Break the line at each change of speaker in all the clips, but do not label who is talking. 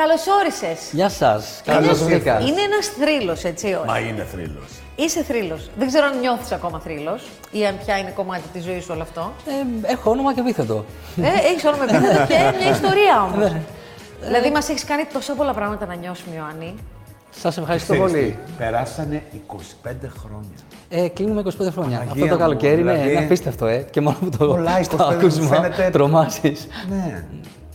Καλώ όρισε.
Γεια σας. Καλώ
ήρθατε.
ήρθατε.
Είναι ένας θρύλος, έτσι, όχι.
Μα είναι θρύλος.
Είσαι θρύλος. Δεν ξέρω αν νιώθεις ακόμα θρύλος ή αν πια είναι κομμάτι της ζωής σου όλο αυτό.
Ε, έχω όνομα και επίθετο.
ε, έχεις όνομα επίθετο και μια ιστορία όμως. δηλαδή, μας έχεις κάνει τόσο πολλά πράγματα να νιώσουμε, Ιωάννη.
Σας ευχαριστώ
Ξέρεις τι,
πολύ.
Περάσανε 25 χρόνια.
Ε, κλείνουμε 25 χρόνια.
Παναγία
Αυτό το
μου,
καλοκαίρι
δηλαδή-
είναι απίστευτο, ε. Και μόνο που το,
Πολλά 25
το
μου
ακούσμα
φαίνεται-
τρομάζεις.
Ναι.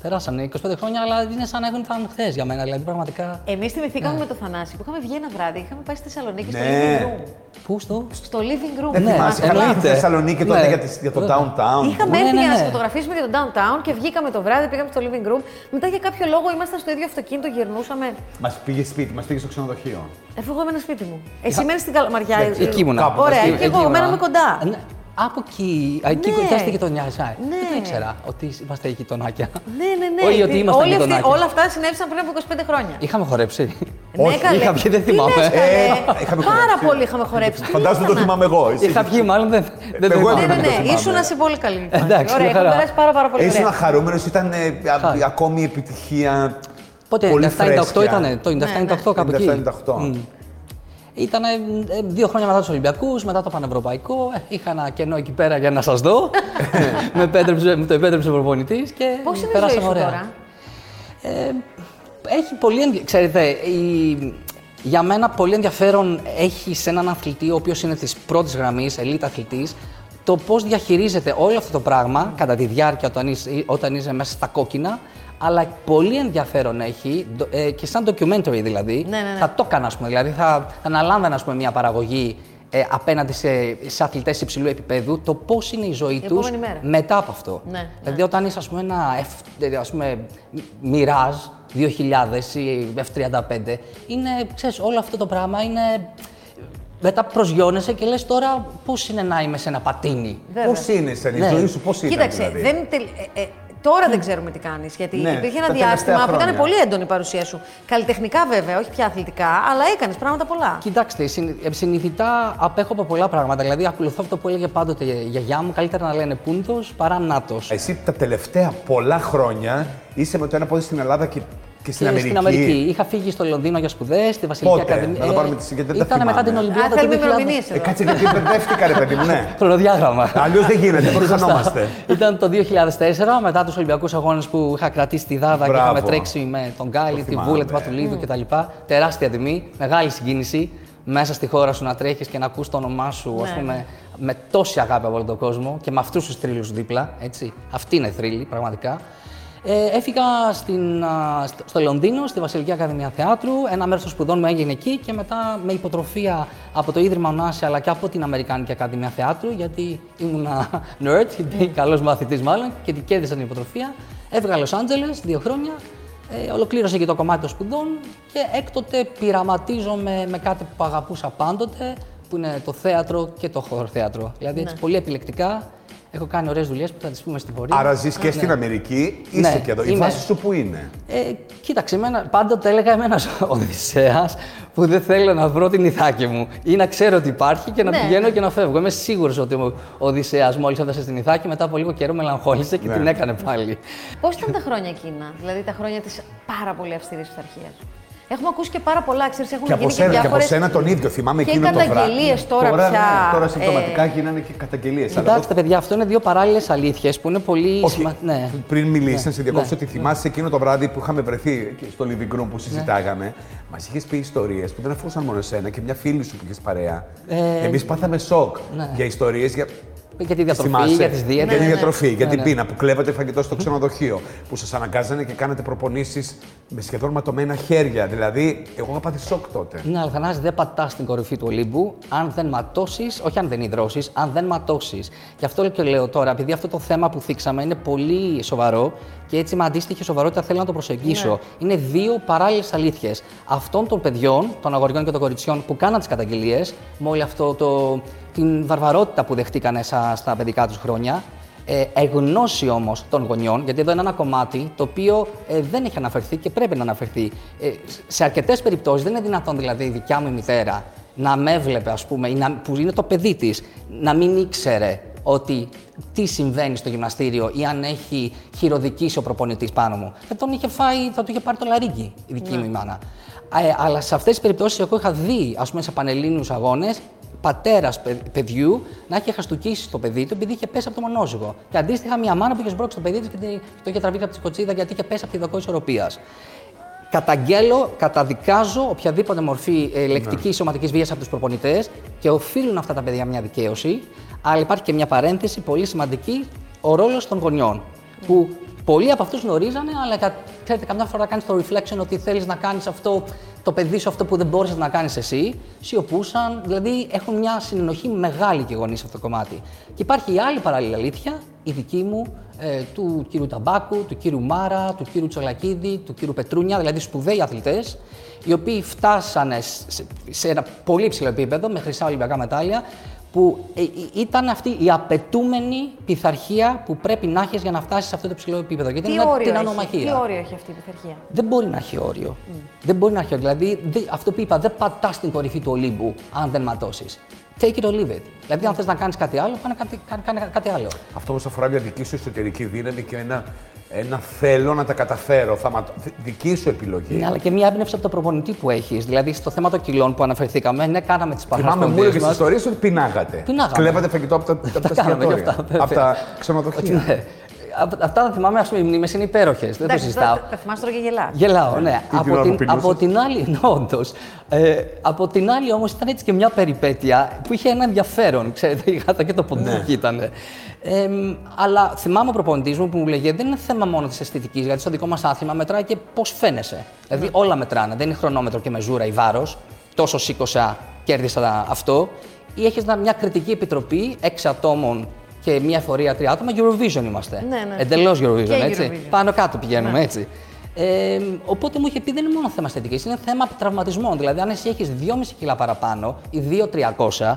Περάσανε 25 χρόνια, αλλά είναι σαν να έχουν ήταν χθες για μένα. Δηλαδή, πραγματικά.
Εμείς θυμηθήκαμε με το Θανάση που είχαμε βγει ένα βράδυ, είχαμε πάει στη Θεσσαλονίκη στο
Ναι.
living room.
Πού στο.
Στο living room.
Δεν
Ναι,
θυμάσαι καλά
εννοείται.
στη Θεσσαλονίκη τότε
Ναι.
για, τις- για το
Βέβαια.
downtown.
Είχαμε
Ναι,
έρθει
ναι,
για να
ναι.
σας φωτογραφίσουμε για το downtown και βγήκαμε το βράδυ, πήγαμε στο living room. Μετά για κάποιο λόγο ήμασταν στο ίδιο αυτοκίνητο, γυρνούσαμε.
Μας πήγε σπίτι, μας πήγε στο ξενοδοχείο.
Αφού εγώ έμενα σπίτι μου. Εσύ μένεις στην Καλαμαριά. ε,
Εκεί ήμουνα.
Κάπου,
Ωραία,
Εκεί-
και
εκεί
εγώ
ήμουνα.
μέναμε κοντά.
Ε, ναι. Από εκεί, α, εκεί
Ναι.
κοντά είστε και τον Νιάζα.
Ναι.
Δεν ήξερα ότι είμαστε γειτονάκια.
Ναι, ναι, ναι.
Όχι ότι είμαστε
Όλοι αυτοί-
γειτονάκια.
όλα αυτά συνέβησαν πριν από 25 χρόνια.
Είχαμε χορέψει.
ναι, καλέ.
είχα βγει, δεν
Τι
θυμάμαι.
λες, καλέ.
Ε, είχαμε
Πάρα
χορέψει.
πολύ είχαμε χορέψει. Τι
Φαντάζομαι το
ήμασταν.
θυμάμαι εγώ. Εσύ.
Είχα βγει, μάλλον δεν, δεν το
Εγώ
θυμάμαι.
Ναι, ναι,
Δεν το
ναι.
θυμάμαι. Ε,
Ήσουν σε πολύ καλή φάση.
Εντάξει,
Ωραία,
μια χαρά.
είχαμε περάσει πάρα, πάρα πολύ
Ναι.
Ήσουν
ωραία.
χαρούμενος, ήταν ε, α-
Χα.
ακόμη επιτυχία.
Πότε,
πολύ
97-98
φρέσκια.
ήταν, το
Ναι,
97-98 κάπου εκεί.
97-98.
Ήταν δύο χρόνια μετά τους Ολυμπιακούς, μετά το Πανευρωπαϊκό. Ε, Είχα ένα κενό εκεί πέρα για να σας δω. με, επέτρεψε, μου το επέτρεψε ο προπονητής και
Πώς είναι η
περάσαμε
ζωή σου
ωραία.
τώρα.
Έχει πολύ ενδιαφέρον. Ξέρετε, η- για μένα πολύ ενδιαφέρον έχει σε έναν αθλητή, ο οποίος είναι της πρώτης γραμμής, ελίτ αθλητής, το πώς διαχειρίζεται όλο αυτό το πράγμα κατά τη διάρκεια όταν είσαι, όταν είσαι μέσα στα κόκκινα. Αλλά πολύ ενδιαφέρον έχει ντο- ε, και σαν documentary δηλαδή.
Ναι, ναι, ναι.
Θα το έκανα, ας πούμε, δηλαδή θα, θα αναλάμβανα ας πούμε, μια παραγωγή ε, απέναντι σε, σε αθλητές υψηλού επίπεδου, το πώς είναι η ζωή
Η
τους
επόμενη μέρα.
μετά από αυτό.
Ναι,
δηλαδή, όταν είσαι, ας πούμε, ένα F, ε, ας πούμε, Mirage 2000 ή F35, είναι, ξέρεις, όλο αυτό το πράγμα είναι... Μετά προσγειώνεσαι και λες τώρα πώς είναι να είμαι σε ένα πατίνι.
Βέβαια.
Πώς είναι, Σεν, η
Ναι.
ζωή σου, πώς είναι.
Κοίταξε,
δηλαδή.
δεν τελ- ε, ε, τώρα δεν ξέρουμε τι κάνεις. Γιατί
Ναι,
υπήρχε ένα
τα τελευταία
διάστημα που ήταν
χρόνια.
πολύ έντονη η παρουσία σου. Καλλιτεχνικά βέβαια, όχι πια αθλητικά, αλλά έκανες πράγματα πολλά.
Κοιτάξτε, συν- ε, συνειδητά απέχω από πολλά πράγματα. Δηλαδή, ακολουθώ αυτό που έλεγε πάντοτε η γιαγιά μου. Καλύτερα να λένε πούντος παρά νάτος.
Εσύ τα τελευταία πολλά χρόνια είσαι με το ένα πόδι στην Ελλάδα και, και στην Αμερική.
Στην Αμερική. Είχα φύγει στο Λονδίνο για σπουδές, στη Βασιλική
Πότε?
Ακαδημία. Ε,
Να το πάρουμε τη- γιατί δεν τα
Ήταν μετά
θυμάμαι.
την
Α,
Ολυμπιάδα του
θέλουμε
2000.
ημερομηνίε
Ε,
εδώ.
κάτσε γιατί μπερδεύτηκα, ρε παιδί μου, ναι.
Χρονοδιάγραμμα.
Αλλιώς δεν γίνεται, δεν
Σωστά.
χανόμαστε.
Ήταν το 2004, μετά τους Ολυμπιακούς Αγώνες που είχα κρατήσει τη Δάδα και
Μπράβο.
είχαμε τρέξει με τον Γκάλι,
Το
τη Βούλα, την
θυμάμαι.
Πατουλίδου κτλ. Τεράστια τιμή, μεγάλη συγκίνηση. Μέσα στη χώρα σου να τρέχεις και να ακούς το όνομά σου, ας
Ναι.
πούμε, με τόση αγάπη από όλο τον κόσμο και με αυτούς τους θρύλους δίπλα. Έτσι. Αυτή είναι θρύλη, πραγματικά. Ε, έφυγα στην, α, στο- στο Λονδίνο, στη Βασιλική Ακαδημία Θεάτρου. Ένα μέρος των σπουδών μου έγινε εκεί και μετά με υποτροφία από το Ίδρυμα Ωνάση αλλά και από την Αμερικάνικη Ακαδημία Θεάτρου, γιατί ήμουνα nerd, καλός μαθητής μάλλον, και την κέρδισαν την υποτροφία. Έφυγα Λος Άντζελες δύο χρόνια. Ε, ολοκλήρωσε και το κομμάτι των σπουδών και έκτοτε πειραματίζομαι με κάτι που αγαπούσα πάντοτε, που είναι το θέατρο και το χώρο θέατρο. Δηλαδή έτσι πολύ επιλεκτικά έχω κάνει ωραίες δουλειές που θα τις πούμε στην πορεία.
Άρα ζεις και στην Αμερική, είσαι
Ναι,
και εδώ. Η
είμαι.
βάση σου που είναι.
Ε, κοίταξε, εμένα, πάντα το έλεγα εμένας ο Οδυσσέας που δεν θέλω να βρω την Ιθάκη μου ή να ξέρω ότι υπάρχει και να
Ναι.
πηγαίνω και να φεύγω. Είμαι σίγουρος ότι ο Οδυσσέας μόλις έφτασε στην Ιθάκη μετά από λίγο καιρό μελαγχόλησε και
Ναι.
την έκανε πάλι.
Πώς ήταν τα χρόνια εκείνα, δηλαδή τα χρόνια της πάρα πολύ αυστηρής πειθαρχίας. Έχουμε ακούσει και πάρα πολλά, ξέρεις, έχουν
Και από,
γίνει
σένα,
και
και από
διάφορες...
σένα τον ίδιο, θυμάμαι
και
εκείνο το βράδυ.
καταγγελίες τώρα πια,
ναι, τώρα
ε,
συμπτωματικά γίνανε και καταγγελίες.
Κοιτάξτε, παιδιά, αυτό είναι δύο παράλληλες αλήθειες που είναι πολύ
Όχι,
σημαντικέ. Ναι.
πριν μιλήσεις, να σε διακόψω ότι θυμάσαι εκείνο το βράδυ που είχαμε βρεθεί και στο living room που συζητάγαμε. Μας είχες πει ιστορίες που δεν αφορούσαν μόνο εσένα και μια φίλη σου που είχες παρέα.
Ε,
Εμείς πάθαμε σοκ για ιστορίες. Για...
Για τη διατροφή,
Θυμάσαι?
για τις
Για
δίαιτες.
τη διατροφή, για την
ναι.
πείνα που κλέβατε φαγητό στο ξενοδοχείο, που σας αναγκάζανε και κάνατε προπονήσεις με σχεδόν ματωμένα χέρια. Δηλαδή, εγώ είχα πάθει σοκ τότε.
Ναι, αλλά Θανάση, δεν πατάς στην κορυφή του Ολύμπου αν δεν ματώσεις, όχι αν δεν υδρώσεις, αν δεν ματώσεις. Γι' αυτό και λέω τώρα, επειδή αυτό το θέμα που θίξαμε είναι πολύ σοβαρό και έτσι με αντίστοιχη σοβαρότητα θέλω να το προσεγγίσω. Είναι δύο παράλληλες αλήθειες. Αυτών των παιδιών, των αγοριών και των κοριτσιών που κάναν τις καταγγελίες με όλη αυτό το. την βαρβαρότητα που δεχτήκανε σα- στα παιδικά τους χρόνια. Ε, εγνώση όμως των γονιών, γιατί εδώ είναι ένα κομμάτι το οποίο ε, δεν έχει αναφερθεί και πρέπει να αναφερθεί. Ε, σε αρκετές περιπτώσεις δεν είναι δυνατόν δηλαδή η δικιά μου η μητέρα να με έβλεπε, ας πούμε, ή να, που είναι το παιδί της, να μην ήξερε ότι τι συμβαίνει στο γυμναστήριο ή αν έχει χειροδικήσει ο προπονητής πάνω μου. Θα τον είχε φάει, θα του είχε πάρει το λαρίκι η δική μου η μάνα. Ε, αλλά σε αυτές τις περιπτώσεις, εγώ είχα δει, ας πούμε, σε πανελλήνιους αγώνες, πατέρας παιδιού να είχε χαστούκίσει το παιδί του επειδή είχε πέσει από το μονόζυγο. Και αντίστοιχα, μια μάνα που είχε σμπρώξει το παιδί της και την- το είχε τραβήξει από τη σκοτσίδα γιατί είχε πέσει από τη δοκό ισορροπία. Καταγγέλλω, καταδικάζω οποιαδήποτε μορφή ε, λεκτική ή σωματικής βίας από τους προπονητές και οφείλουν αυτά τα παιδιά μια δικαίωση. Αλλά υπάρχει και μια παρένθεση πολύ σημαντική, ο ρόλος των γονιών. Που πολλοί από αυτούς γνωρίζανε, αλλά κα- ξέρετε, καμιά φορά κάνεις το reflection ότι θέλεις να κάνεις αυτό το παιδί σου αυτό που δεν μπόρεσε να κάνεις εσύ. Σιωπούσαν, δηλαδή έχουν μια συνενοχή μεγάλη και οι γονείς σε αυτό το κομμάτι. Και υπάρχει η άλλη παράλληλη αλήθεια, η δική μου, ε, του κύριου Ταμπάκου, του κύριου Μάρα, του κύριου Τσολακίδη, του κύριου Πετρούνια, δηλαδή σπουδαίοι αθλητές, οι οποίοι φτάσανε σ- σε, σε ένα πολύ ψηλό επίπεδο με χρυσά Ολυμπιακά μετάλλια, που ε, ε, ήταν αυτή η απαιτούμενη πειθαρχία που πρέπει να έχεις για να φτάσεις σε αυτό το ψηλό επίπεδο. Γιατί
Τι
είναι
όριο,
την
έχει,
ανομαχία.
τι όριο Mm. έχει αυτή η πειθαρχία.
Δεν μπορεί να έχει όριο. Δεν μπορεί να έχει όριο. Δηλαδή, δε- αυτό που είπα, δεν πατάς την κορυφή του Ολύμπου αν δεν ματώσεις. Take it or leave it. Δηλαδή,
Mm.
αν θες να κάνεις κάτι άλλο, κάνε κάτι, κάνε- κάνε κάτι άλλο.
Αυτό όμως αφορά μια δική σου εσωτερική δύναμη και ένα, ένα θέλω να τα καταφέρω. Θα ματ- Δική σου επιλογή.
Ναι, αλλά και μια έμπνευση από το προπονητή που έχεις. Δηλαδή, στο θέμα των κιλών που αναφερθήκαμε, ναι, κάναμε τις
Θυμάμαι μου
παραχωρήσει
έλεγες
μας.
ιστορίες ότι πεινάγατε.
Πεινάγαμε.
Κλέβατε φαγητό από τα, από τα
κάναμε και
εστιατόρια.
αυτά, βέβαια.
από τα ξενοδοχεία.
Ναι. Αυτά τα θυμάμαι, ας πούμε, οι μνήμε είναι υπέροχες. Δεν το
Εντάξει,
συζητάω.
τώρα Τα θυμάσαι τώρα και γελάς.
Γελάω, ναι.
την ώρα
από,
που
την,
πεινούσες.
από την άλλη, ναι, όντως. Ε, από την άλλη όμως ήταν έτσι και μια περιπέτεια που είχε ένα ενδιαφέρον, ξέρετε, η γάτα και το ποντίκι ήταν. Ε, μ, αλλά θυμάμαι ο προπονητής μου που μου λέγε δεν είναι θέμα μόνο της αισθητικής, γιατί στο δικό μας άθλημα μετράει και πώς φαίνεσαι. Δηλαδή όλα μετράνε, δεν είναι χρονόμετρο και μεζούρα ή βάρος, τόσο σήκωσα, κέρδισα αυτό. Ή έχεις να- μια κριτική επιτροπή έξι ατόμων και μια εφορία τρία άτομα, Eurovision είμαστε.
Ναι, ναι.
Εντελώς Eurovision,
Και
έτσι.
Eurovision. Ναι.
Πάνω κάτω πηγαίνουμε, έτσι. Ε, οπότε μου είχε πει δεν είναι μόνο θέμα αισθητικής, είναι θέμα τραυματισμών. Δηλαδή, αν εσύ έχεις 2,5 κιλά παραπάνω ή 2-300,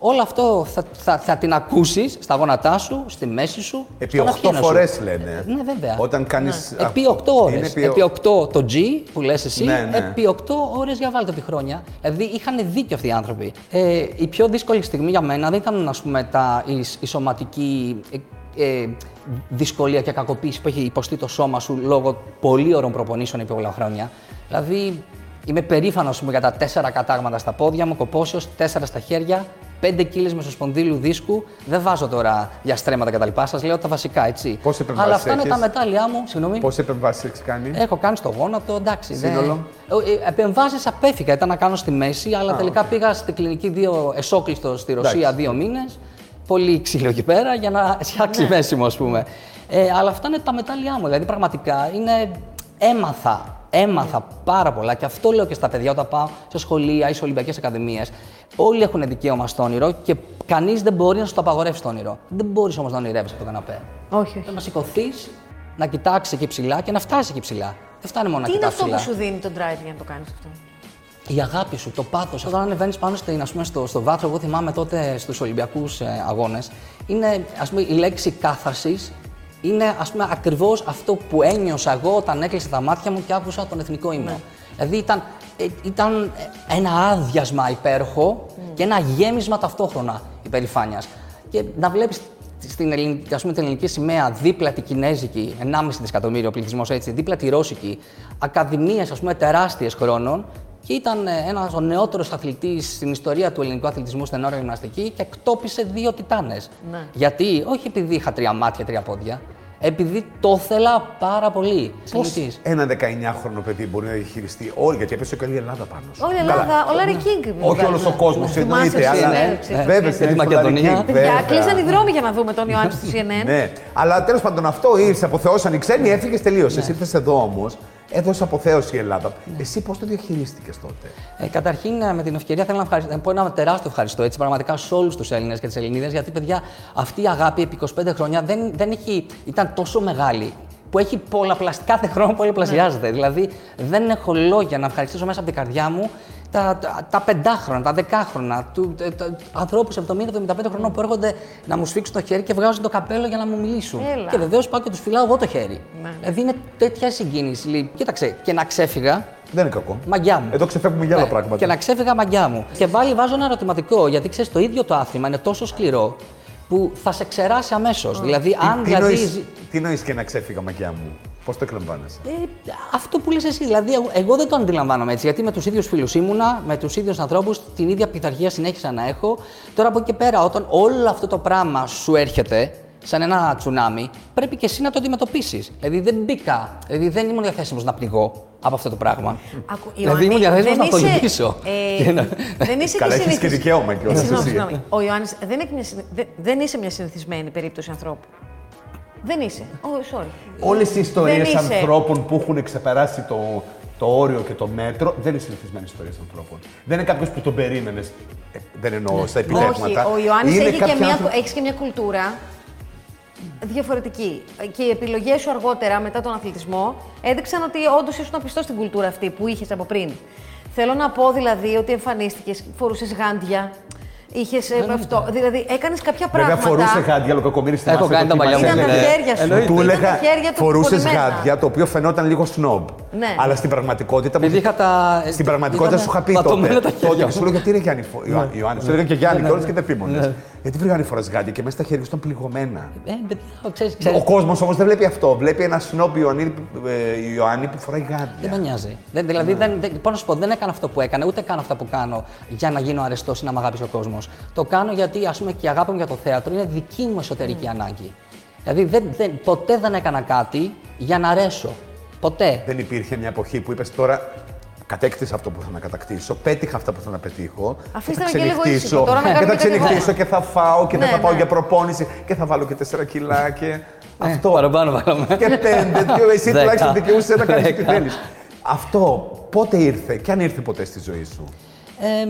όλο αυτό θα, θα, θα την ακούσεις στα γόνατά σου, στη μέση σου.
Επί
στον
8
αυχήνα σου.
φορές λένε.
Ναι, βέβαια. Ναι.
Όταν κάνει.
Ε, Επί 8 ώρες. Επί... 8 το G που λες εσύ,
Ναι, ναι.
επί 8 ώρες για βάλτε επί χρόνια. Δηλαδή είχαν δίκιο αυτοί οι άνθρωποι. Ε, η πιο δύσκολη στιγμή για μένα δεν ήταν ας πούμε, τα, η, η σωματική ε, ε, δυσκολία και κακοποίηση που έχει υποστεί το σώμα σου λόγω πολύ ωρών προπονήσεων επί πολλά χρόνια. Δηλαδή είμαι περήφανος ας πούμε, για τα 4 κατάγματα στα πόδια μου, κοπόσεω, 4 στα χέρια, 5 κιλέ μεσοσπονδύλου δίσκου. Δεν βάζω τώρα διαστρέμματα κτλ. Σας λέω τα βασικά έτσι.
Πόσες επεμβάσεις
Αλλά αυτά είναι τα
έχεις?
μετάλλια μου. Συγγνώμη.
Πόσε επεμβάσει έχεις κάνει.
Έχω κάνει στο γόνατο, εντάξει. δεν-
Σύνολο?
Ε, ε, Επεμβάσεις απέφυγα, ήταν να κάνω στη μέση, αλλά τελικά πήγα στην κλινική δύο εσόκλειστο στη Ρωσία
Εντάξει.
δύο μήνες. Πολύ ξύλο εκεί πέρα για να φτιάξει
Ναι.
μέσιμο, ας πούμε. Ε, αλλά αυτά είναι τα μετάλλια μου. Δηλαδή, πραγματικά είναι. Έμαθα, έμαθα πάρα πολλά και αυτό λέω και στα παιδιά όταν πάω σε σχολεία ή σε Ολυμπιακές Ακαδημίες. Όλοι έχουν δικαίωμα στο όνειρο και κανείς δεν μπορεί να σου το απαγορεύσει το όνειρο. Δεν μπορείς όμως να ονειρεύεσαι από το καναπέ.
Όχι,
Πρέπει
όχι.
να σηκωθείς, να κοιτάξεις εκεί ψηλά και να φτάσεις εκεί ψηλά. Δεν φτάνει μόνο
Τι
να
είναι
κοιτάξει
αυτό που
ψηλά.
σου δίνει το drive για να το κάνεις αυτό.
Η αγάπη σου, το πάθος. Όταν ανεβαίνεις πάνω στην, ας πούμε, στο, στο βάθρο, εγώ θυμάμαι τότε στους Ολυμπιακούς αγώνες, είναι ας πούμε, η λέξη κάθαρσης. Είναι ας πούμε, ακριβώς αυτό που ένιωσα εγώ όταν έκλεισα τα μάτια μου και άκουσα τον εθνικό ύμνο.
Ναι.
Δηλαδή ήταν, ε, ήταν ένα άδειασμα υπέροχο
Ναι.
και ένα γέμισμα ταυτόχρονα υπερηφάνειας. Και να βλέπεις στην ελληνική, ας πούμε, την ελληνική σημαία δίπλα τη Κινέζικη, 1,5 δισεκατομμύριο πληθυσμός έτσι, δίπλα τη Ρώσικη, ακαδημίες τεράστιες χρόνων. Και ήταν ένας ο νεότερος αθλητής στην ιστορία του ελληνικού αθλητισμού στην ώρα γυμναστική και εκτόπισε δύο τιτάνες.
Ναι.
Γιατί, όχι επειδή είχα τρία μάτια, τρία πόδια, επειδή το ήθελα πάρα πολύ.
Πώς
Συνηθής.
ένα 19χρονο παιδί μπορεί να διαχειριστεί όλη, γιατί έπεσε και όλη η Ελλάδα πάνω σου.
Όλη η
Καλά.
Ελλάδα, ο Λάρι Κίνγκ.
Όχι όλος ο κόσμος,
δηλαδή. Θυμάσαι
εννοείται.
στη
Αλλά... ναι.
συνέντευξη, στη
Βέβαια, στην
συνέντευξη. Μακεδονία.
Παιδιά, κλείσαν οι δρόμοι για να δούμε τον Ιωάννη στο CNN.
Ναι, αλλά τέλος πάντων αυτό ήρθε, αποθεώσαν οι ξένοι, έφυγες, τελείωσες.
Ναι.
Ήρθες εδώ όμως, έδωσε αποθέωση η Ελλάδα. Εσύ πώς το διαχειρίστηκες τότε.
Ε, καταρχήν, ε, με την ευκαιρία θέλω να, ευχαρισ- να πω ένα τεράστιο ευχαριστώ έτσι, πραγματικά σε όλους τους Έλληνες και τις Ελληνίδες, γιατί παιδιά, αυτή η αγάπη επί 25 χρόνια δεν, δεν έχει, ήταν τόσο μεγάλη που έχει πολλαπλασιαστεί, κάθε χρόνο πολλαπλασιάζεται.
Ναι.
Δηλαδή, δεν έχω λόγια να ευχαριστήσω μέσα από την καρδιά μου τα, τα, τα πεντάχρονα, τα δεκάχρονα, του, τα, τα, ανθρώπους 70-75 χρονών που έρχονται να μου σφίξουν το χέρι και βγάζουν το καπέλο για να μου μιλήσουν.
Έλα.
Και βεβαίως πάω και τους φυλάω εγώ το χέρι.
Ναι.
Δηλαδή, είναι τέτοια συγκίνηση. λέει, Κοίταξε, και να ξέφυγα,
Δεν είναι κακό.
μαγιά μου.
Εδώ ξεφεύγουμε για άλλα
Ναι,
πράγματα.
Και να ξέφυγα μαγιά μου. Και βάλει, βάζω ένα ερωτηματικό, γιατί ξέρεις το ίδιο το άθλημα είναι τόσο σκληρό που θα σε ξεράσει αμέσως. Δηλαδή,
Τι-
αν
τι νοείς-
κρατήσει-
Τι νοείς και να ξέφυγα μακιά μου, πώς το εκλαμβάνεσαι.
Ε, αυτό που λες εσύ, δηλαδή εγώ, εγώ δεν το αντιλαμβάνομαι έτσι, γιατί με τους ίδιους φίλους ήμουνα, με τους ίδιους ανθρώπους, την ίδια πειθαρχία συνέχισα να έχω. Τώρα από εκεί και πέρα, όταν όλο αυτό το πράγμα σου έρχεται, σαν ένα τσουνάμι, πρέπει και εσύ να το αντιμετωπίσεις. Δηλαδή δεν μπήκα, δηλαδή δεν ήμουν διαθέσιμος να πνιγώ από αυτό το πράγμα.
Ακού-
δηλαδή ήμουν
Ιωάννη,
διαθέσιμος
δεν
να το
είσαι-
λυπήσω.
ε,
Και να-
Δεν είσαι
Καλά, έχεις
συνηθισ- Ε,
και δικαίωμα κιόλας,
Συγγνώμη,
εσύ.
συγγνώμη. Ο Ιωάννης δεν, έχει μια συνε- δεν- δεν είσαι μια συνηθισμένη περίπτωση ανθρώπου. Δεν είσαι. Oh, sorry.
Όλες οι ιστορίες
Δεν είσαι.
ανθρώπων που έχουν ξεπεράσει το, το όριο και το μέτρο δεν είναι συνηθισμένες ιστορίες ανθρώπων. Δεν είναι κάποιος που τον περίμενες. δεν εννοώ στα
Όχι,
επιτεύγματα.
ο Ιωάννης
Είναι
έχει και,
κάποιοι
μια,
άνθρωποι-
έχεις και μια κουλτούρα διαφορετική. Και οι επιλογές σου αργότερα, μετά τον αθλητισμό, έδειξαν ότι όντως ήσουν πιστό στην κουλτούρα αυτή που είχες από πριν. Θέλω να πω δηλαδή ότι εμφανίστηκες, φορούσες γάντια, είχες αυτό. Δηλαδή έκανες κάποια
Βέβαια
πράγματα.
φορούσες γάντια, αλλά ο κακομοίρη στην
Έχω κάνει τα παλιά μου,
Ήταν τα
ναι.
χέρια σου.
Εννοείται.
Του
Ήταν τα
έλεγα
χέρια του
φορούσες
κολλημένα.
γάντια, το οποίο φαινόταν λίγο σνόμπ.
Ναι.
Αλλά στην πραγματικότητα.
Επειδή είχα τα- ε,
Στην πραγματικότητα
είχαμε
σου είχα πει τότε.
πατωμένα τα χέρια
τότε και
μου. Ναι.
σου λέγα τι είναι Γιάννη. Φο... Ιωάννη, Ιωάννη. Σου έλεγα και Γιάννη κιόλα και δεν πήμονε. Γιατί βρήκαν φορά γάντια και μέσα στα χέρια σου ήταν πληγωμένα.
Ε, παιδιά, ξέρεις,
Ο
ξέρεις,
κόσμος όμως δεν βλέπει αυτό. Βλέπει ένα σνόμπ Ιωάννη, ε, Ιωάννη που φοράει
Δεν με
γάντια.
νοιάζει. Δεν, δηλαδή,
Ναι.
δεν, δεν, πώς να σου πω, δεν έκανα αυτό που έκανα, ούτε κάνω αυτά που κάνω για να γίνω αρεστός ή να με αγαπήσει ο κόσμος. Το κάνω γιατί, ας πούμε, και η αγάπη μου για το θέατρο είναι δική μου εσωτερική
Ναι.
ανάγκη. Δηλαδή, δεν, δεν, ποτέ δεν έκανα κάτι για να αρέσω. Ποτέ.
Δεν υπήρχε μια εποχή που είπες τώρα κατέκτησα αυτό που θα να κατακτήσω, πέτυχα αυτά που θα να πετύχω.
Αφήστε
και
με
θα
και λίγο
ξενυχτήσω,
ήσυχο, τώρα να
Και
κάνουμε
θα
κάτι
ξενυχτήσω
εγώ.
και θα φάω και δεν
Ναι,
θα πάω
ναι. Ε.
για προπόνηση και θα βάλω και τέσσερα κιλά και. Ε, Αυτό.
Παραπάνω βάλαμε.
και πέντε, δύο, εσύ
Δέκα.
τουλάχιστον δικαιούσε να κάνεις ό,τι
Δέκα.
θέλεις. Αυτό πότε ήρθε και αν ήρθε ποτέ στη ζωή σου.
Ε,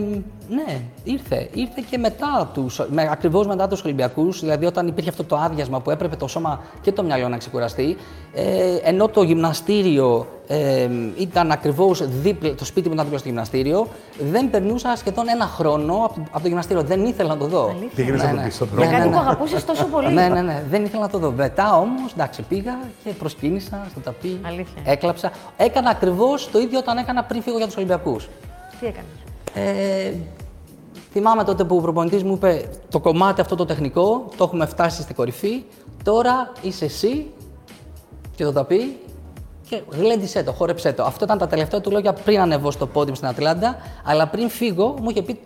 ναι, ήρθε. Ήρθε και μετά τους, με, ακριβώς μετά τους Ολυμπιακούς, δηλαδή όταν υπήρχε αυτό το άδειασμα που έπρεπε το σώμα και το μυαλό να ξεκουραστεί, ε, ενώ το γυμναστήριο ε, ήταν ακριβώς δίπλα, το σπίτι μου ήταν δίπλα στο γυμναστήριο, δεν περνούσα σχεδόν ένα χρόνο από, από το γυμναστήριο, δεν ήθελα να το δω.
Αλήθεια.
Πήγαινε
Ναι,
από
ναι.
πίσω
Για
Για
Ναι,
δρόμο.
κάτι
ναι.
που αγαπούσες τόσο πολύ.
Ναι, ναι, ναι. Δεν ήθελα να το δω. Μετά όμως, εντάξει, πήγα και προσκύνησα στο ταπί.
Αλήθεια.
Έκλαψα. Έκανα ακριβώς το ίδιο όταν έκανα πριν φύγω για τους Ολυμπιακούς.
Τι έκανες.
Ε, θυμάμαι τότε που ο προπονητής μου είπε το κομμάτι αυτό το τεχνικό, το έχουμε φτάσει στην κορυφή, τώρα είσαι εσύ και το τα πει και γλέντισε το, χόρεψέ το. Αυτό ήταν τα τελευταία του λόγια πριν ανεβώ στο πόντιμ στην Ατλάντα, αλλά πριν φύγω μου είχε πει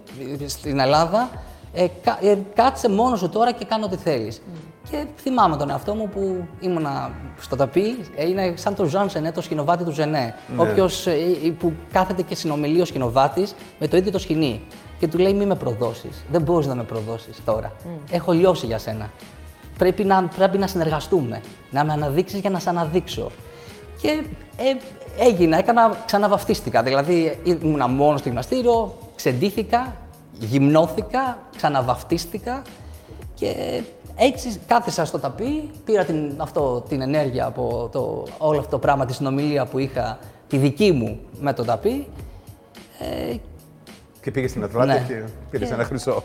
ε, στην Ελλάδα ε, κα- ε, κάτσε μόνος σου τώρα και κάνω ό,τι θέλεις. Και θυμάμαι τον εαυτό μου που ήμουνα στο ταπί, ε, είναι σαν τον Ζαν Σενέ, το σκηνοβάτι του Ζενέ. Όποιος, ε, ε, που κάθεται και συνομιλεί ο σκηνοβάτης με το ίδιο το σκηνή. Και του λέει μη με προδώσεις, δεν μπορείς να με προδώσεις τώρα. Έχω λιώσει για σένα πρέπει να, πρέπει να συνεργαστούμε, να με αναδείξεις για να σε αναδείξω. Και ε, έγινα, έκανα, ξαναβαφτίστηκα, δηλαδή ήμουνα μόνος στο γυμναστήριο, ξεντήθηκα, γυμνώθηκα, ξαναβαφτίστηκα και έτσι κάθισα στο ταπί, πήρα την, αυτό, την ενέργεια από το, όλο αυτό το πράγμα, τη συνομιλία που είχα τη δική μου με το ταπί
Και πήγες στην Ατλάντα
Ναι.
και πήρες ένα χρυσό.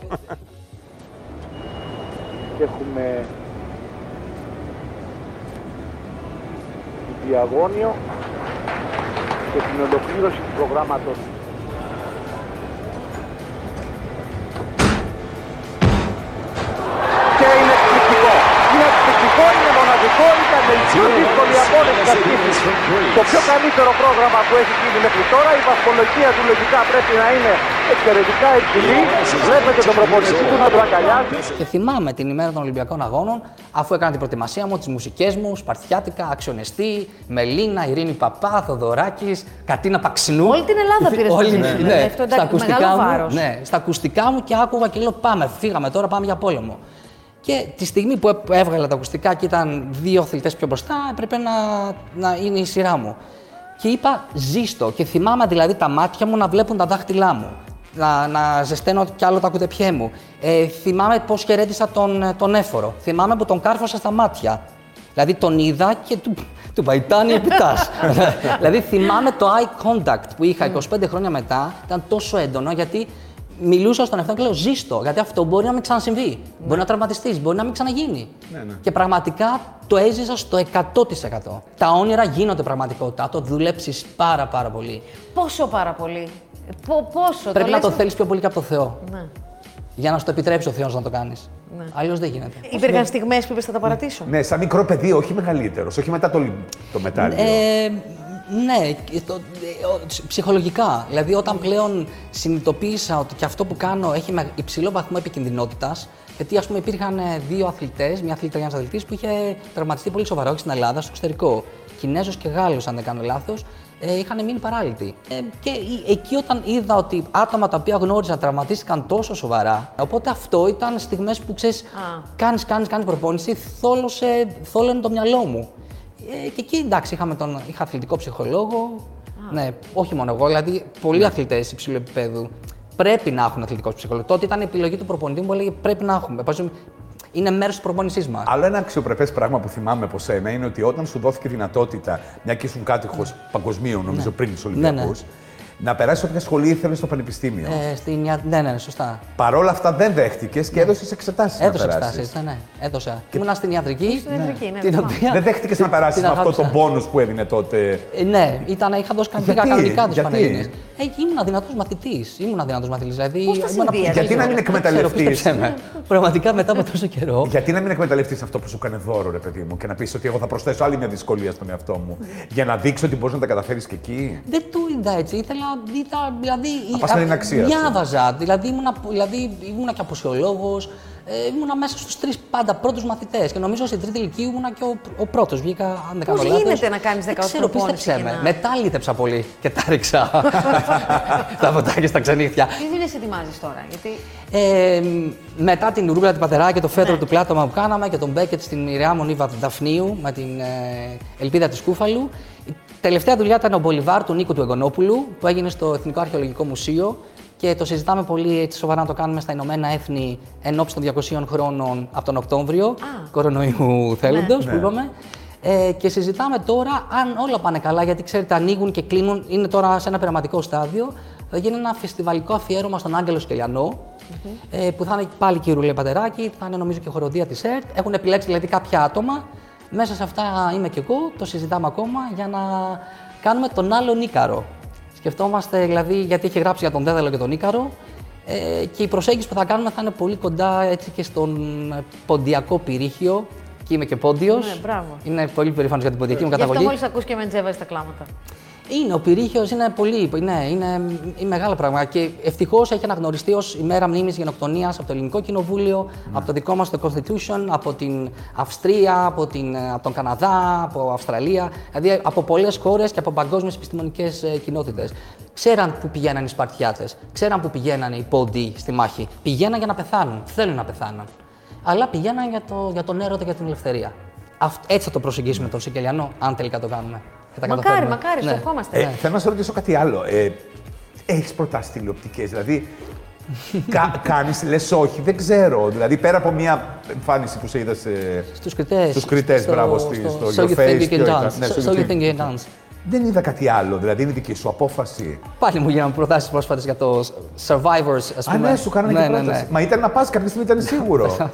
και έχουμε διαγώνιο και την ολοκλήρωση του προγράμματος. Και είναι εκπληκτικό. Είναι εκπληκτικό, είναι μοναδικό, ήταν η πιο δύσκολη απόδειξη αρχής. Το πιο καλύτερο πρόγραμμα που έχει γίνει μέχρι τώρα, η βαθμολογία του λογικά πρέπει να είναι εξαιρετικά υψηλή. Βλέπετε τον προπονητή του να το αγκαλιάζει.
Και θυμάμαι την ημέρα των Ολυμπιακών Αγώνων, αφού έκανα την προετοιμασία μου, τις μουσικές μου, Σπαρτιάτικα, Αξιονεστή, Μελίνα, Ειρήνη Παπά, Θοδωράκης, Κατίνα Παξινού.
Όλη την Ελλάδα πήρες
Όλη-
μαζί σου,
ναι,
δηλαδή. Αυτό
στα
εντάξει,
ακουστικά
μεγάλο
μου,
βάρος.
ναι, στα ακουστικά μου και άκουγα και λέω πάμε, φύγαμε τώρα, πάμε για πόλεμο. Και τη στιγμή που έ- έβγαλα τα ακουστικά και ήταν δύο αθλητές πιο μπροστά, έπρεπε να, να είναι η σειρά μου. Και είπα ζήστο και θυμάμαι δηλαδή τα μάτια μου να βλέπουν τα δάχτυλά μου. Να, να ζεσταίνω κι άλλο τα κουτεπιέ μου. Ε, θυμάμαι πώς χαιρέτησα τον, ε, τον έφορο. Θυμάμαι που τον κάρφωσα στα μάτια. Δηλαδή τον είδα και του, του παϊτάνει επιτάς. δηλαδή θυμάμαι το eye contact που είχα 25 χρόνια μετά ήταν τόσο έντονο γιατί μιλούσα στον εαυτό μου και λέω ζήστο, γιατί αυτό μπορεί να μην ξανασυμβεί. Μπορεί να τραυματιστείς, μπορεί να μην ξαναγίνει. Και πραγματικά το έζησα στο 100%. Τα όνειρα γίνονται πραγματικότητα, το δουλέψεις πάρα πάρα πολύ.
Πόσο πάρα πολύ. Πο- πόσο.
Πρέπει να
λες-
το θέλεις πιο πολύ και από το Θεό.
Ναι.
Για να σου το επιτρέψει ο Θεός να το κάνεις. Ναι. Αλλιώς δεν γίνεται.
Υπήρχαν στιγμές που είπες θα τα παρατήσω.
Ναι, σαν μικρό παιδί, όχι μεγαλύτερος, όχι μετά το, λι- το μετάλλιο.
Ε, ναι, το, ε, ο- ψ- ψυχολογικά. Δηλαδή, όταν πλέον συνειδητοποίησα ότι και αυτό που κάνω έχει με- υψηλό βαθμό επικινδυνότητας, γιατί ας πούμε υπήρχαν ε, δύο αθλητές, μια αθλήτρια και ένας αθλητής που είχε τραυματιστεί πολύ σοβαρά, όχι στην Ελλάδα, στο εξωτερικό. Κινέζος και Γάλλος, αν δεν κάνω λάθος, ε, είχαν μείνει παράλυτοι. Ε, και ε, εκεί όταν είδα ότι άτομα τα οποία γνώριζα τραυματίστηκαν τόσο σοβαρά. Οπότε αυτό ήταν στιγμές που ξέρεις, κάνεις, κάνεις, κάνεις προπόνηση, θόλωσε, θόλωνε το μυαλό μου. Ε, και εκεί εντάξει, είχαμε τον, είχα αθλητικό ψυχολόγο. Ναι, όχι μόνο εγώ, δηλαδή
Ναι.
πολλοί αθλητές υψηλού επίπεδου πρέπει να έχουν αθλητικό ψυχολόγο. Τότε ήταν η επιλογή του προπονητή μου που έλεγε πρέπει να έχουμε. Επομένως, Είναι μέρος της προπόνησή μας.
Άλλο ένα αξιοπρεπές πράγμα που θυμάμαι από σένα είναι ότι όταν σου δόθηκε δυνατότητα, μια και ήσουν κάτοικο παγκοσμίων, νομίζω πριν τους
Ναι,
Ολυμπιακού,
ναι.
να περάσει όποια σχολή ήθελε στο πανεπιστήμιο.
Ε, στην... Ια- Ναι, ναι, ναι, σωστά.
Παρ' όλα αυτά δεν δέχτηκες και έδωσες εξετάσεις.
Ναι. Έδωσα εξετάσεις. Ναι, ναι, έδωσα. Ήμουνα στην ιατρική.
Στην ιατρική, ναι,
την
θυμάμαι.
οποία-
Δεν δέχτηκες να
την-
περάσεις
την
με αυτό τον
αγάπησα.
πόνους που έδινε τότε.
Ε, ναι, ήταν, είχα δώσει κάτι
Γιατί?
κανονικά τους
Γιατί?
Πανελλήνιες. Ε, ήμουν δυνατός μαθητής. Ήμουν δυνατός μαθητής. Δηλαδή,
Πώς Ναι. τα
ήμουνα-
συνδύαζες?
Γιατί να μην
Δεν ξέρω,
εκμεταλλευτείς?
πίστεψέ με. Πραγματικά μετά από τόσο καιρό.
Γιατί να μην εκμεταλλευτείς αυτό που σου κάνει δώρο, ρε παιδί μου, και να πεις ότι εγώ θα προσθέσω άλλη μια δυσκολία στον εαυτό μου για να δείξω ότι μπορείς να τα καταφέρεις και εκεί.
Δεν το είδα έτσι. Ήθελα. Είδα, δηλαδή,
πας να είναι αξία σου.
Διάβαζα. Δηλαδή ήμουνα, δηλαδή, ήμουνα και αποσιολόγος. Ε, ήμουνα μέσα στους τρεις πάντα πρώτους μαθητές. Και νομίζω στην τρίτη ηλικία ήμουνα και ο, ο πρώτος. Βγήκα, αν δεν κάνω
Πώς
λάθος.
γίνεται να κάνεις
Δεν
18
Ξέρω,
προπόνηση
πίστεψε
και
με.
να-
Μετά λύτεψα πολύ και τα ρίξα. τα ποτάκια στα ξενύχτια.
Τι δίνε ετοιμάζεις τώρα, γιατί.
Ε, μετά την Ρούγκλα την Πατερά και το φέτρο του πλάτωμα που κάναμε και τον Μπέκετ στην Ιρεά Μονίβα Δαφνίου με την ε, Ελπίδα της Κούφαλου. Η τελευταία δουλειά ήταν ο Μπολιβάρ του Νίκου του Εγγονόπουλου που έγινε στο Εθνικό Αρχαιολογικό Μουσείο και το συζητάμε πολύ έτσι σοβαρά να το κάνουμε στα Ηνωμένα Έθνη εν ώψη των 200 χρόνων από τον Οκτώβριο, κορονοϊού θέλοντος που είπαμε. Ε, και συζητάμε τώρα αν όλα πάνε καλά, γιατί ξέρετε, ανοίγουν και κλείνουν, είναι τώρα σε ένα πειραματικό στάδιο. Θα γίνει ένα φεστιβαλικό αφιέρωμα στον Άγγελο Σκελιανό, ε, που θα είναι πάλι και η Ρουλέ Πατεράκη, θα είναι νομίζω και χοροδία της ΕΡΤ. Έχουν επιλέξει δηλαδή κάποια άτομα. Μέσα σε αυτά είμαι και εγώ, το συζητάμε ακόμα για να κάνουμε τον άλλο Νίκαρο. Σκεφτόμαστε δηλαδή, γιατί έχει γράψει για τον Δέδαλο και τον Νίκαρο, ε, και η προσέγγιση που θα κάνουμε θα είναι πολύ κοντά έτσι και στον ε, ποντιακό πυρήχιο. Και είμαι και πόντιος.
Ναι, μπράβο.
Είναι πολύ περήφανος για την ποντιακή μου
Γι' αυτό
καταγωγή.
μόλις ακούς και με τζέβαζε τα κλάματα.
Είναι, ο πυρήχιος είναι πολύ. Ναι, είναι, είναι μεγάλο πράγμα. Και ευτυχώς έχει αναγνωριστεί ως ημέρα μνήμης γενοκτονίας από το Ελληνικό Κοινοβούλιο, από το δικό μας το Constitution, από την Αυστρία, από, την, ε, από τον Καναδά, από Αυστραλία. Δηλαδή από πολλές χώρες και από παγκόσμιες επιστημονικές κοινότητες. Ξέραν που πηγαίναν οι Σπαρτιάτες, ξέραν που πηγαίναν οι πόντιοι στη μάχη. Πηγαίναν για να πεθάνουν. Θέλουν να πεθάνουν. Αλλά πηγαίναν για, το, για τον έρωτα και την ελευθερία. Αυτ- έτσι θα το προσεγγίσουμε τον Σικελιανό, αν τελικά το κάνουμε. Θα τα
Μακάρι,
καταφέρουμε.
μακάρι,
Ναι.
στο ευχόμαστε.
Ε, Θέλω να σε ρωτήσω κάτι άλλο. Ε, Έχεις προτάσεις τηλεοπτικές, δηλαδή. κα, Κάνεις, λες όχι, δεν ξέρω. Δηλαδή πέρα από μια εμφάνιση που σε ε, είδα σε.
Στους κριτές.
Στους κριτές,
Στο-
μπράβο, στη- στο
So
Your
You
Face,
Think You
ποιο
Can
ήταν,
Dance.
ναι,
So-
στο
So You
YouTube.
Think You Can Dance.
Δεν είδα κάτι άλλο, δηλαδή είναι δική σου απόφαση.
Πάλι μου γίνανε προτάσεις πρόσφατες για το Survivors, ας
Α,
πούμε.
ναι, σου κάνανε και πρόταση. Μα ήταν να πας κάποια στιγμή, ήταν σίγουρο.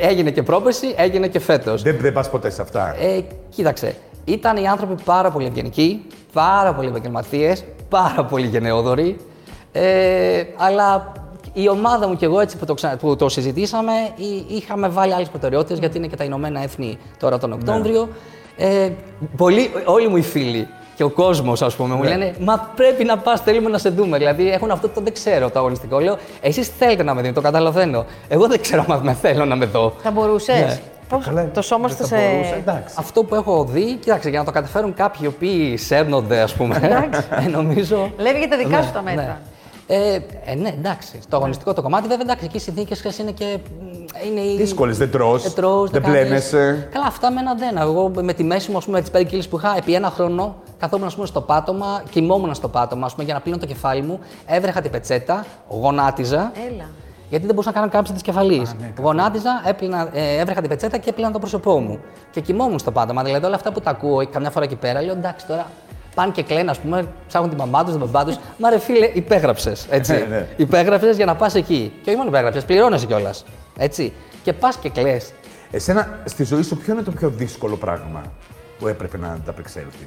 Έγινε και πρόπερση, έγινε και φέτος.
δεν δεν πας ποτέ σε αυτά.
Ε, κοίταξε, ήταν οι άνθρωποι πάρα πολύ ευγενικοί, πάρα πολύ επαγγελματίες, πάρα πολύ γενναιόδοροι. Ε, αλλά η ομάδα μου και εγώ έτσι που το, ξα... που το συζητήσαμε, εί- είχαμε βάλει άλλες προτεραιότητες γιατί είναι και τα Ηνωμένα Έθνη τώρα τον Οκτώβριο. Ε, πολλοί, όλοι μου οι φίλοι και ο κόσμος, ας πούμε, μου λένε Μα πρέπει να πας, θέλουμε να σε δούμε. Δηλαδή έχουν αυτό το δεν ξέρω το αγωνιστικό. Λέω Εσείς θέλετε να με δείτε, το καταλαβαίνω. Εγώ δεν ξέρω αν με θέλω να με δω.
Θα μπορούσες.
Ναι.
Καλά,
Το σώμα
δεν
σου σε.
θα μπορούσα, Εντάξει.
Αυτό που έχω δει, κοίταξε, για να το καταφέρουν κάποιοι οι οποίοι σέρνονται, ας πούμε. ε, νομίζω.
Λέει για τα δικά σου τα
Ναι,
μέτρα.
Ναι. Ε, ε, ναι, εντάξει. Στο αγωνιστικό το κομμάτι, βέβαια, εντάξει, εκεί οι συνθήκες είναι και. μ, Είναι οι-
Δύσκολες, δεν τρως,
Δεν, τρως,
δεν
κάνεις.
πλένεσαι.
Καλά, αυτά με ένα δεν. Εγώ με τη μέση μου, ας πούμε, τι 5 κιλέ που είχα, επί ένα χρόνο καθόμουν ας πούμε, στο πάτωμα, κοιμόμουν στο πάτωμα, ας πούμε, για να πλύνω το κεφάλι μου, έβρεχα την πετσέτα, γονάτιζα.
Έλα.
Γιατί δεν μπορούσα να κάνω κάμψη της κεφαλής.
ναι,
Γονάτιζα, έπλυνα, ε, έβρεχα την πετσέτα και έπλυνα το πρόσωπό μου. Και κοιμόμουν στο πάντομα. Δηλαδή όλα αυτά που τα ακούω καμιά φορά εκεί πέρα, λέω εντάξει τώρα πάνε και κλαίνουν, ας πούμε, ψάχνουν τη μαμά τους, τον παπά τους. Μα ρε φίλε, υπέγραψες. Έτσι.
Ναι.
υπέγραψες για να πας εκεί. Και όχι μόνο υπέγραψες, πληρώνεσαι κιόλας. Έτσι. Και πας και κλε.
Εσένα, στη ζωή σου, ποιο είναι το πιο δύσκολο πράγμα που έπρεπε να ανταπεξέλθεις.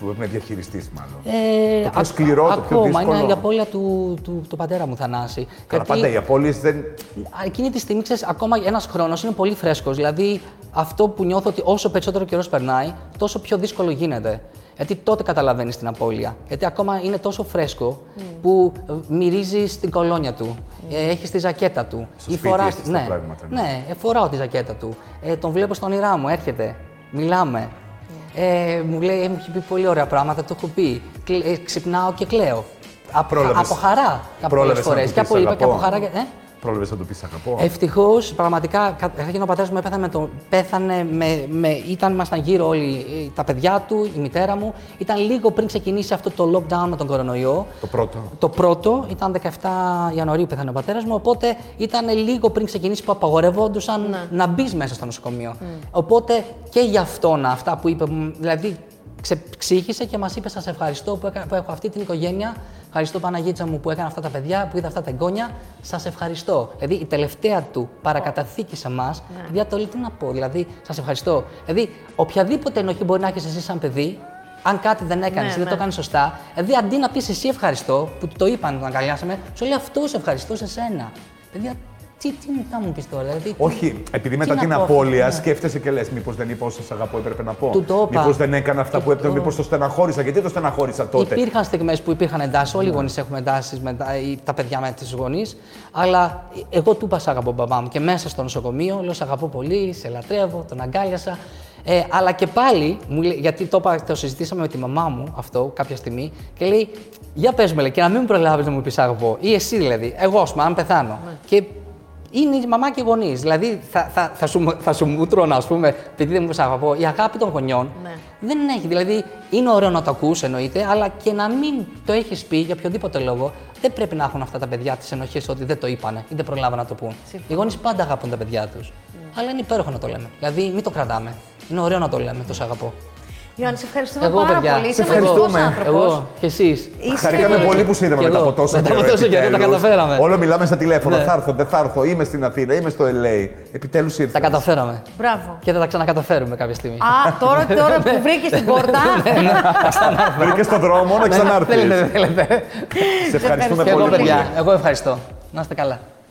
που πρέπει να διαχειριστείς, μάλλον.
Ε,
Το πιο σκληρό, το πιο
ακόμα, είναι
δύσκολο.
η απώλεια του, του, του πατέρα μου, Θανάση.
Καλά,
Γιατί
πάντα οι απώλειες δεν.
Εκείνη τη στιγμή, ξέρεις, ακόμα ένας χρόνος είναι πολύ φρέσκος. Δηλαδή, αυτό που νιώθω ότι όσο περισσότερο καιρός περνάει, τόσο πιο δύσκολο γίνεται. Γιατί τότε καταλαβαίνεις την απώλεια. Γιατί ακόμα είναι τόσο φρέσκο
Mm.
που ε, μυρίζει στην κολόνια του. Ε, Έχει τη ζακέτα του.
Στο
Ή
σπίτι
φοράς-
έχεις τα
ναι,
πράγματα, ναι.
ναι, ναι, ε, φοράω τη ζακέτα του. Ε, τον βλέπω στον όνειρά μου, έρχεται. Μιλάμε. Ε, μου λέει, «Ε, μου έχει πει πολύ ωραία πράγματα, το έχω πει. Κλε- ε, ξυπνάω και κλαίω. Από,
Πρόλαβες.
από χαρά κάποιε
Πρόλαβες να
φορέ.
του
Και
πεις
από λύπα και από
αγαπώ.
χαρά. και- Ε?
Πρόλαβες να του πεις αγαπώ.
Ευτυχώς, πραγματικά, καταρχήν ο πατέρας μου έπεθανε με το. Πέθανε με, με, ήταν, ήμασταν γύρω όλοι ε, τα παιδιά του, η μητέρα μου. Ήταν λίγο πριν ξεκινήσει αυτό το lockdown με τον κορονοϊό.
Το πρώτο.
Το πρώτο ήταν 17 Ιανουαρίου πέθανε ο πατέρας μου, οπότε ήταν λίγο πριν ξεκινήσει που απαγορευόντουσαν να μπεις μέσα στο νοσοκομείο. Οπότε και γι' αυτόν αυτά που είπε, μ, δηλαδή ξεψύχησε και μας είπε: Σας ευχαριστώ που, έκανα, που έχω αυτή την οικογένεια. Ευχαριστώ Παναγίτσα μου που έκανα αυτά τα παιδιά, που είδα αυτά τα εγγόνια. Σας ευχαριστώ. Δηλαδή η τελευταία του παρακαταθήκη σε εμάς, παιδιά το λέει τι να πω. Δηλαδή, σας ευχαριστώ. Δηλαδή, οποιαδήποτε ενοχή μπορεί να έχεις εσύ σαν παιδί, αν κάτι δεν έκανε,
Ναι,
δεν
ναι.
το έκανε σωστά, δηλαδή αντί να πεις εσύ ευχαριστώ, που του το είπαν όταν αγκαλιάσαμε, σου λέει αυτός ευχαριστώ σε σένα. Παιδιά, τι, τι μου θα μου πεις τώρα, δηλαδή. τι-
Όχι, επειδή
τι
μετά
να
την
πω,
απώλεια
ναι.
σκέφτεσαι και λες: Μήπως δεν είπα όσα σ' αγαπώ, έπρεπε να πω.
Του το είπα.
Μήπως δεν έκανα αυτά
Του
που
το-
έπρεπε, μήπως το στεναχώρησα. Γιατί το στεναχώρησα τότε.
Υπήρχαν στιγμές που υπήρχαν εντάσεις, όλοι οι γονείς έχουμε εντάσεις με τα, ή τα παιδιά με του γονείς. Αλλά εγώ του είπα «Σ' αγαπώ, μπαμπά μου και μέσα στο νοσοκομείο, λέω «Σ' αγαπώ πολύ, σε λατρεύω, τον αγκάλιασα. Ε, αλλά και πάλι, μου λέει- γιατί το, είπα- το συζητήσαμε με τη μαμά μου αυτό κάποια στιγμή και λέει: Για πες με, λέει, και να μην προλάβεις να μου πεις αγαπώ. Ή εσύ δηλαδή, εγώ, ας πούμε, αν πεθάνω. Και είναι η μαμά και οι γονείς. Δηλαδή θα, θα, θα, σου, θα σου μούτρωνα, ας πούμε, επειδή δεν μου είπες αγαπώ. Η αγάπη των γονιών
Ναι.
δεν έχει. Δηλαδή είναι ωραίο να το ακούς εννοείται, αλλά και να μην το έχεις πει για οποιοδήποτε λόγο, δεν πρέπει να έχουν αυτά τα παιδιά τις ενοχές ότι δεν το είπανε ή δεν προλάβανε να το πούν.
Συμφωνώ. Ναι.
Οι γονείς πάντα αγαπούν τα παιδιά τους. Αλλά είναι υπέροχο να το λέμε. Δηλαδή μην το κρατάμε. Είναι ωραίο να το λέμε, το σ' αγαπώ.
Γιάννη, σε ευχαριστούμε
Εγώ,
πάρα
παιδιά.
πολύ. Είσαι
Σε
μαγικός
ευχαριστούμε.
άνθρωπος.
Εγώ και εσείς.
Είσαι
Χαρήκαμε
πολύ-
πολύ που σε είδαμε
Και
μετά
εγώ.
από τόσο
Μετά
καιρό.
από τόσο καιρό τα
επιτέλους.
καταφέραμε.
Όλο μιλάμε στα τηλέφωνα.
Ναι.
Θα έρθω, δεν θα έρθω. Είμαι στην Αθήνα, είμαι στο LA. Επιτέλους ήρθα.
Τα καταφέραμε.
Μπράβο.
Και θα τα ξανακαταφέρουμε κάποια στιγμή.
Α, τώρα, τώρα
Ναι.
που βρήκες την πόρτα.
Βρήκε στον
Ναι,
δρόμο να ξανάρθει.
Θέλετε, θέλετε.
Σε ευχαριστούμε
Και εγώ,
πολύ.
παιδιά. Εγώ ευχαριστώ. Να είστε καλά.